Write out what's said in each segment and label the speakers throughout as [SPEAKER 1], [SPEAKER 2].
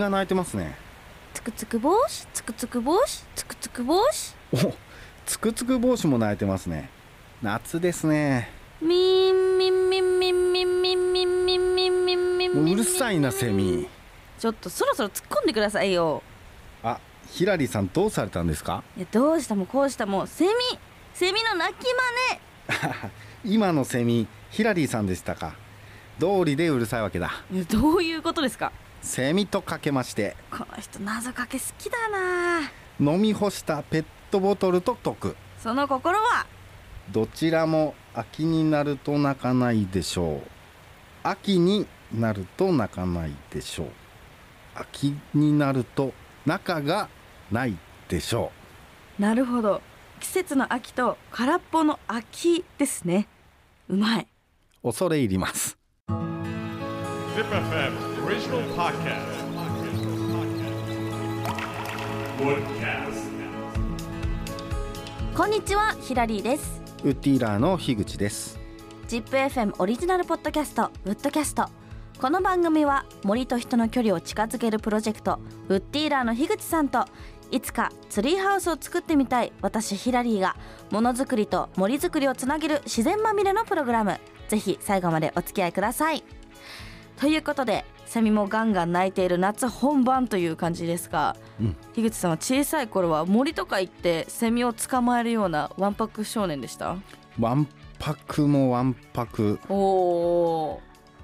[SPEAKER 1] が鳴いてますね
[SPEAKER 2] つくつく帽子つくつく帽子つくつく帽子
[SPEAKER 1] おつくつく帽子も鳴いてますね夏ですね
[SPEAKER 2] みんみんみんみんみんみんみんみんみんみんみん
[SPEAKER 1] もううるさいなセミ
[SPEAKER 2] ちょっとそろそろ突っ込んでくださいよ
[SPEAKER 1] あヒラリーさんどうされたんですか
[SPEAKER 2] いやどうしたもこうしたもセミセミの鳴き真似
[SPEAKER 1] 今のセミヒラリーさんでしたか道理でうるさいわけだ
[SPEAKER 2] いやどういうことですか
[SPEAKER 1] セミとかけまして
[SPEAKER 2] この人謎かけ好きだな
[SPEAKER 1] 飲み干したペットボトルと解く
[SPEAKER 2] その心は
[SPEAKER 1] どちらも秋になると泣かないでしょう秋になると泣かないでしょう秋になると仲がないでしょ
[SPEAKER 2] なるほど季節の秋と空っぽの秋ですねうまいう
[SPEAKER 1] 恐れ入ります
[SPEAKER 3] Zip FM Original Podcast. Woodcast.
[SPEAKER 2] こんにちはヒラリーです
[SPEAKER 1] ウッディーラーの樋口です
[SPEAKER 2] ZIPFM オリジナルポッドキャストウッドキャストこの番組は森と人の距離を近づけるプロジェクトウッディーラーの樋口さんといつかツリーハウスを作ってみたい私ヒラリーがものづくりと森づくりをつなげる自然まみれのプログラムぜひ最後までお付き合いくださいということでセミもガンガン鳴いている夏本番という感じですが、
[SPEAKER 1] うん
[SPEAKER 2] 樋口さんは小さい頃は森とか行ってセミを捕まえるようなわんぱく少年でした
[SPEAKER 1] わんぱくもわんぱく
[SPEAKER 2] おお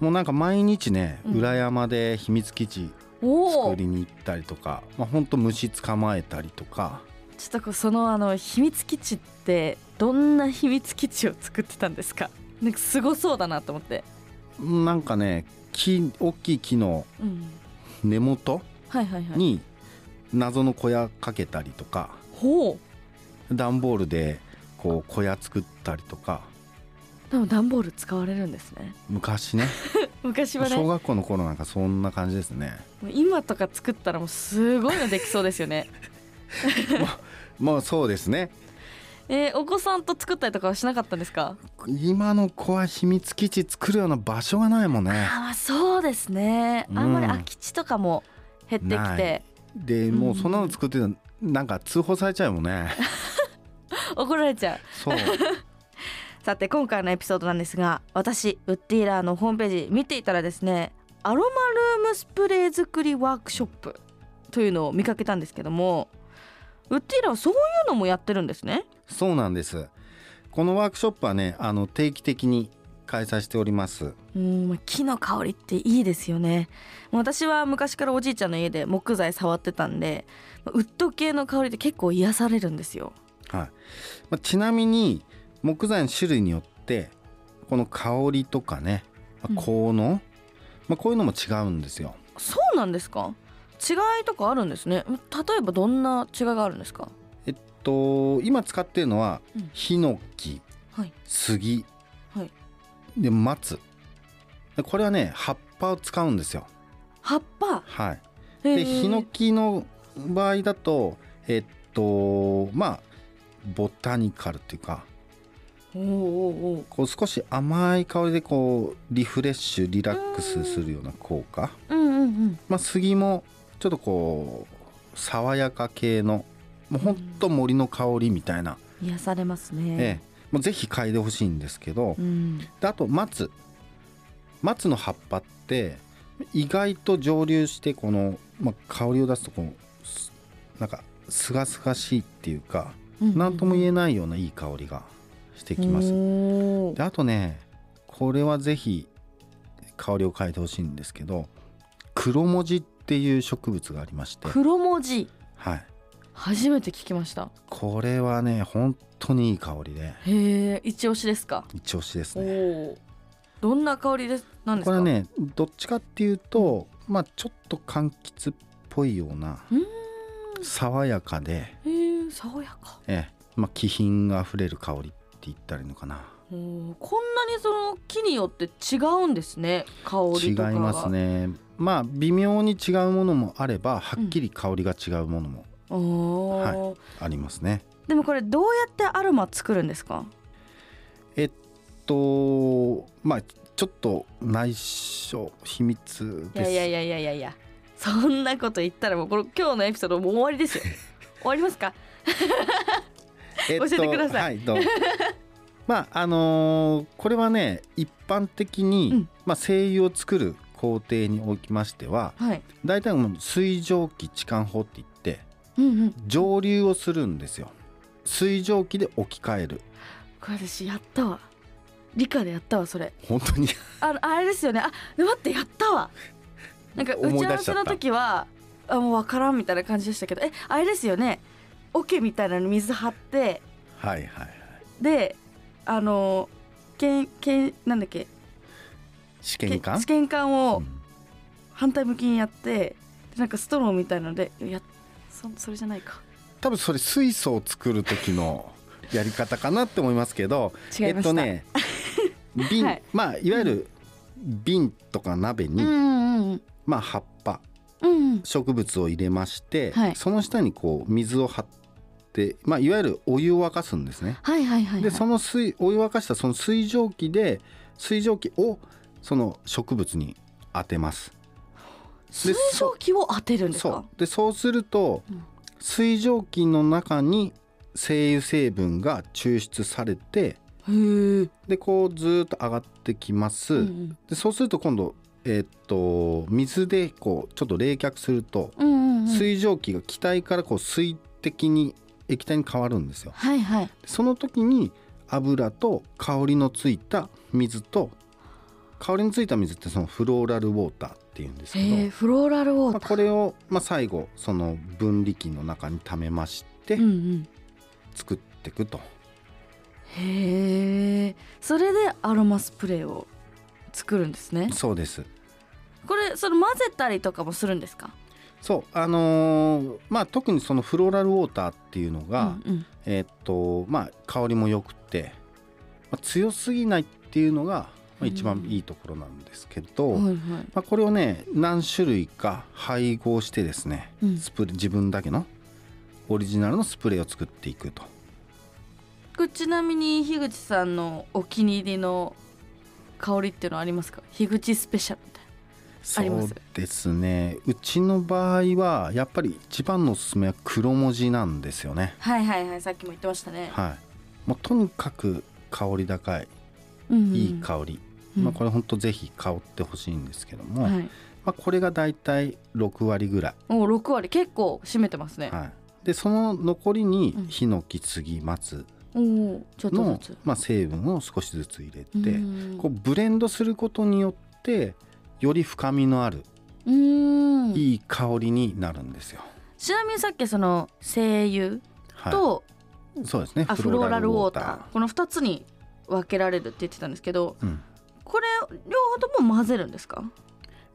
[SPEAKER 1] もうなんか毎日ね
[SPEAKER 2] うん
[SPEAKER 1] 裏山で秘密基地
[SPEAKER 2] おお
[SPEAKER 1] 作りに行ったりとか、まあ、ほんと虫捕まえたりとか
[SPEAKER 2] ちょっとこうそのあの秘密基地ってどんな秘密基地を作ってたんですかなんかすごそうだなと思って、
[SPEAKER 1] なんかね木大きい木の
[SPEAKER 2] うん、
[SPEAKER 1] 根元
[SPEAKER 2] はいはいはい
[SPEAKER 1] に謎の小屋かけたりとか
[SPEAKER 2] ほう
[SPEAKER 1] 段ボールでこう小屋作ったりとか
[SPEAKER 2] でも段ボール使われるんですね
[SPEAKER 1] 昔ね
[SPEAKER 2] 昔はね
[SPEAKER 1] 小
[SPEAKER 2] もう
[SPEAKER 1] 学校の頃なんかそんな感じですね
[SPEAKER 2] 今とか作ったらもうすごいのできそうですよ ね
[SPEAKER 1] もうそうですね
[SPEAKER 2] えーお子さんと作ったりとかはしなかったんですか
[SPEAKER 1] 今の子は秘密基地作るような場所がないもんね
[SPEAKER 2] ああそうですね
[SPEAKER 1] うん
[SPEAKER 2] あんまり空き地とかも減ってき
[SPEAKER 1] ない
[SPEAKER 2] て
[SPEAKER 1] でもうそんなの作ってたらなんか通報されちゃうもんね
[SPEAKER 2] 怒られちゃう
[SPEAKER 1] そう
[SPEAKER 2] さて今回のエピソードなんですが私ウッディーラーのホームページ見ていたらですねアロマルームスプレー作りワークショップというのを見かけたんですけどもウッディーラーはそういうのもやってるんですね
[SPEAKER 1] そうなんですこのワークショップはねあの定期的に開催しております
[SPEAKER 2] うんまあ木の香りっていいですよねもう私は昔からおじいちゃんの家で木材触ってたんでまあウッド系の香りって結構癒されるんですよ
[SPEAKER 1] はいまあちなみに木材の種類によってこの香りとかね、まあ
[SPEAKER 2] うん
[SPEAKER 1] 効能、まあこういうのも違うんですよ。
[SPEAKER 2] そうなんですか違いとかあるんですね例えばどんな違いがあるんですか
[SPEAKER 1] えっと今使ってるのは
[SPEAKER 2] うん
[SPEAKER 1] ヒノキ
[SPEAKER 2] はい
[SPEAKER 1] 杉、
[SPEAKER 2] はい
[SPEAKER 1] で松でこれはね葉っぱを使うんですよ。
[SPEAKER 2] 葉っぱ
[SPEAKER 1] はい、
[SPEAKER 2] へ
[SPEAKER 1] で
[SPEAKER 2] ー
[SPEAKER 1] ヒノキの場合だとえっとまあボタニカルっていうか
[SPEAKER 2] おうおうおう
[SPEAKER 1] こう少し甘い香りでこうリフレッシュリラックスするような効果。
[SPEAKER 2] うんうんうん
[SPEAKER 1] まあ、杉もちょっとこう爽やか系のもうほんと森の香りみたいな、
[SPEAKER 2] 癒されますね
[SPEAKER 1] ええ、もうぜひ嗅いでほしいんですけど、
[SPEAKER 2] うん
[SPEAKER 1] であと松松の葉っぱって意外と蒸留してこの、まあ、香りを出すとこうすなんかすがすがしいっていうか何とも言えないようないい香りがしてきます。
[SPEAKER 2] おー
[SPEAKER 1] であとねこれはぜひ香りを変えてほしいんですけど黒文字っていう植物がありまして、
[SPEAKER 2] 黒文字
[SPEAKER 1] はい、
[SPEAKER 2] 初めて聞きました
[SPEAKER 1] これはね本当にいい香りで
[SPEAKER 2] へえ一押しですか
[SPEAKER 1] 一押しです
[SPEAKER 2] お
[SPEAKER 1] ね。
[SPEAKER 2] おどんな香りですなんです
[SPEAKER 1] こ
[SPEAKER 2] か
[SPEAKER 1] れはねどっちかっていうと、まあ、ちょっと柑橘っぽいような
[SPEAKER 2] うーん
[SPEAKER 1] 爽やかで、
[SPEAKER 2] へえ爽やか
[SPEAKER 1] ええまあ、気品があふれる香りって言ったらいいのかな。
[SPEAKER 2] おーこんなにその木によって違うんですね香り
[SPEAKER 1] 違
[SPEAKER 2] とかが
[SPEAKER 1] いますね。まあ微妙に違うものもあればはっきり香りが違うものも
[SPEAKER 2] おおー、
[SPEAKER 1] ありますね。
[SPEAKER 2] でもこれどうやってアロマ作るんですか
[SPEAKER 1] えっとまあちょっと内緒秘密
[SPEAKER 2] い
[SPEAKER 1] で
[SPEAKER 2] や
[SPEAKER 1] す
[SPEAKER 2] いやいやいやいやいやそんなこと言ったらもうこの今日のエピソードもう終わり ですよ終わりますか
[SPEAKER 1] え
[SPEAKER 2] 教えてください
[SPEAKER 1] はい、どう まああのーこれはね一般的に、
[SPEAKER 2] うん
[SPEAKER 1] まあ、精油を作る工程におきましては
[SPEAKER 2] はい
[SPEAKER 1] 大体もう水蒸気置換法って言って
[SPEAKER 2] うんうん
[SPEAKER 1] 蒸留をするんですよ水蒸気で置き換える
[SPEAKER 2] これ私やったわ理科でやったわそれ
[SPEAKER 1] 本当に
[SPEAKER 2] あのあれですよねあ待ってやったわなんか打
[SPEAKER 1] 思
[SPEAKER 2] ち
[SPEAKER 1] い
[SPEAKER 2] 合わ
[SPEAKER 1] 出しち
[SPEAKER 2] せ
[SPEAKER 1] ゃった
[SPEAKER 2] の時はあもうわからんみたいな感じでしたけどえあれですよね桶みたいなの水張って
[SPEAKER 1] はいはいはい
[SPEAKER 2] であのけんけんなんだっけ
[SPEAKER 1] 試
[SPEAKER 2] け
[SPEAKER 1] 験管
[SPEAKER 2] 試験管
[SPEAKER 1] う
[SPEAKER 2] を
[SPEAKER 1] ん
[SPEAKER 2] 反対向きにやってでなんかストローみたいのでやそそれじゃないか
[SPEAKER 1] 多分それ水素を作る時のやり方かなって思いますけど
[SPEAKER 2] 違いました
[SPEAKER 1] えっと ね瓶、
[SPEAKER 2] はい
[SPEAKER 1] まあいわゆる瓶とか鍋
[SPEAKER 2] う
[SPEAKER 1] に、
[SPEAKER 2] んうんうん
[SPEAKER 1] まあ葉っぱ
[SPEAKER 2] うんうん
[SPEAKER 1] 植物を入れまして、
[SPEAKER 2] はい
[SPEAKER 1] その下にこう水を張って、まあ、いわゆるお湯を沸かすんですね。
[SPEAKER 2] はいはいはいはい
[SPEAKER 1] でその水お湯を沸かしたその水蒸気で水蒸気をその植物に当てます。
[SPEAKER 2] 水蒸気を当てるんです
[SPEAKER 1] そ
[SPEAKER 2] か
[SPEAKER 1] うでそうすると、
[SPEAKER 2] うん
[SPEAKER 1] 水蒸気の中に精油成分が抽出されて
[SPEAKER 2] へえ、
[SPEAKER 1] でこうずーっと上がってきます。
[SPEAKER 2] うん
[SPEAKER 1] でそうすると今度えーっと水でこうちょっと冷却すると、
[SPEAKER 2] うんうんうんうん、
[SPEAKER 1] 水蒸気が気体からこう水滴に液体に変わるんですよ。
[SPEAKER 2] はいはい
[SPEAKER 1] その時に油と香りのついた水と香りのついた水ってそのフローラルウォーターっていうんですけど、
[SPEAKER 2] へえフローラルウォ
[SPEAKER 1] ま
[SPEAKER 2] ー
[SPEAKER 1] あ、
[SPEAKER 2] ター、
[SPEAKER 1] これをまあ最後その分離器の中に溜めまして
[SPEAKER 2] うんうん、
[SPEAKER 1] 作っていくと、
[SPEAKER 2] へえそれでアロマスプレーを作るんですね
[SPEAKER 1] そうです
[SPEAKER 2] これその混ぜたりとかもするんですか
[SPEAKER 1] そうあのーまあ特にそのフローラルウォーターっていうのが、
[SPEAKER 2] うんうん、
[SPEAKER 1] えーっとまあ香りも良くて、まあ、強すぎないっていうのが、まあ、一番いいところなんですけど、
[SPEAKER 2] はいはい
[SPEAKER 1] まあ、これをね何種類か配合してですね、
[SPEAKER 2] うん
[SPEAKER 1] スプレー自分だけのオリジナルのスプレーを作っていくと
[SPEAKER 2] これちなみに樋口さんのお気に入りの香りっていうのはありますか樋口スペシャルみたいあ
[SPEAKER 1] そ
[SPEAKER 2] ります
[SPEAKER 1] うですねうちの場合はやっぱり一番のおすすめは黒文字なんですよね
[SPEAKER 2] なはいはいはいさっきも言ってましたね、
[SPEAKER 1] はいもうとにかく香り高い
[SPEAKER 2] うんうん
[SPEAKER 1] いい香り、
[SPEAKER 2] うん
[SPEAKER 1] まあ、これほんとぜひ香ってほしいんですけども、
[SPEAKER 2] は
[SPEAKER 1] ま
[SPEAKER 2] い、
[SPEAKER 1] あ、これがだいたい6割ぐらい、
[SPEAKER 2] もう6割結構占めてますね、
[SPEAKER 1] はい、でその残りに
[SPEAKER 2] うん
[SPEAKER 1] ヒノキ杉松
[SPEAKER 2] おおちょっとず
[SPEAKER 1] の
[SPEAKER 2] つ、
[SPEAKER 1] まあ、成分を少しずつ入れて、
[SPEAKER 2] うん
[SPEAKER 1] こうブレンドすることによってより深みのある
[SPEAKER 2] うん
[SPEAKER 1] いい香りになるんですよ。
[SPEAKER 2] ちなみにさっきその精油
[SPEAKER 1] はい、
[SPEAKER 2] と、
[SPEAKER 1] そうですね
[SPEAKER 2] あフローラルウォーター
[SPEAKER 1] フロ
[SPEAKER 2] この2つに分けられるって言ってたんですけど
[SPEAKER 1] ーうん
[SPEAKER 2] これ両方とも混ぜるんですか、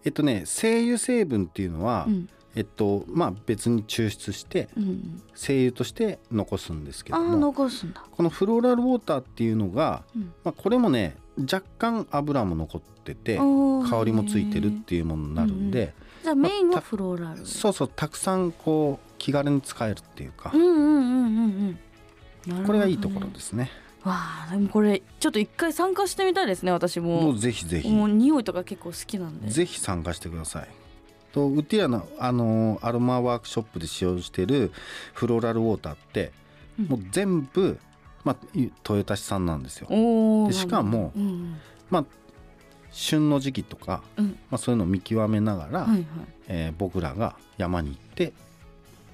[SPEAKER 1] えっとね精油成分っていうのは、
[SPEAKER 2] うん
[SPEAKER 1] えっとまあ、別に抽出して
[SPEAKER 2] うん、
[SPEAKER 1] 精油として残すんですけ
[SPEAKER 2] ああ
[SPEAKER 1] ど
[SPEAKER 2] ー
[SPEAKER 1] も
[SPEAKER 2] 残すんだ、
[SPEAKER 1] このフローラルウォーターっていうのが、
[SPEAKER 2] うん
[SPEAKER 1] まあ、これもね若干油も残ってて香
[SPEAKER 2] おー
[SPEAKER 1] りもついてるっていうものになるんで、
[SPEAKER 2] じゃあメインはフローラル、
[SPEAKER 1] そうそうたくさんこう気軽に使えるっていうか
[SPEAKER 2] う、んうんうんうんうんなるほどね
[SPEAKER 1] これがいいところですね。
[SPEAKER 2] わあでもこれちょっと一回参加してみたいですね私
[SPEAKER 1] も
[SPEAKER 2] も
[SPEAKER 1] うぜひぜひ
[SPEAKER 2] もう匂いとか結構好きなんで
[SPEAKER 1] ぜひ参加してください。とウッディアの、あのーアロマワークショップで使用しているフローラルウォーターって、
[SPEAKER 2] うん
[SPEAKER 1] もう全部、まあ、い豊田市産なんですよ。
[SPEAKER 2] おお
[SPEAKER 1] でしかも
[SPEAKER 2] うん
[SPEAKER 1] 旬の時期とか、
[SPEAKER 2] うん、
[SPEAKER 1] まあ、そういうのを見極めなが
[SPEAKER 2] う
[SPEAKER 1] ら、
[SPEAKER 2] んはいはい
[SPEAKER 1] えー僕らが山に行って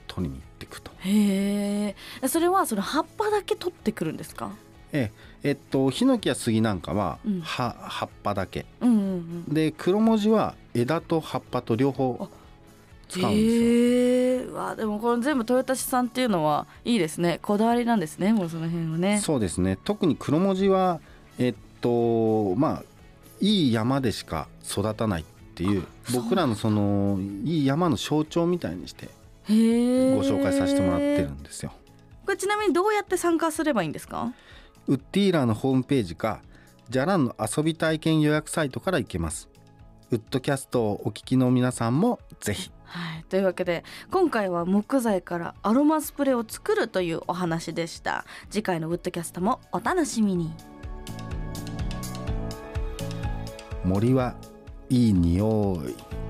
[SPEAKER 1] 取りに行っていくと。
[SPEAKER 2] へえそれはその葉っぱだけ取ってくるんですか
[SPEAKER 1] えええっとヒノキや杉なんかは、
[SPEAKER 2] うん
[SPEAKER 1] は葉っぱだけ
[SPEAKER 2] うんうんうん
[SPEAKER 1] で黒文字は枝と葉っぱと両方使うんですよ。
[SPEAKER 2] へえわあでもこの全部豊田市産っていうのはいいですねこだわりなんですねもうその辺はね
[SPEAKER 1] そうですね特に黒文字はえっとまあいい山でしか育たないっていう
[SPEAKER 2] そう
[SPEAKER 1] 僕らのそのいい山の象徴みたいにして
[SPEAKER 2] へ
[SPEAKER 1] ご
[SPEAKER 2] え
[SPEAKER 1] 紹介させてもらってるんですよ。
[SPEAKER 2] これちなみにどうやって参加すればいいんですか
[SPEAKER 1] ウッディーラーのホームページかじゃらんの遊び体験予約サイトから行けます。ウッドキャストをお聞きの皆さんもぜひ
[SPEAKER 2] はい、というわけで今回は木材からアロマスプレーを作るというお話でした次回のウッドキャストもお楽しみに
[SPEAKER 1] 森はいい匂い。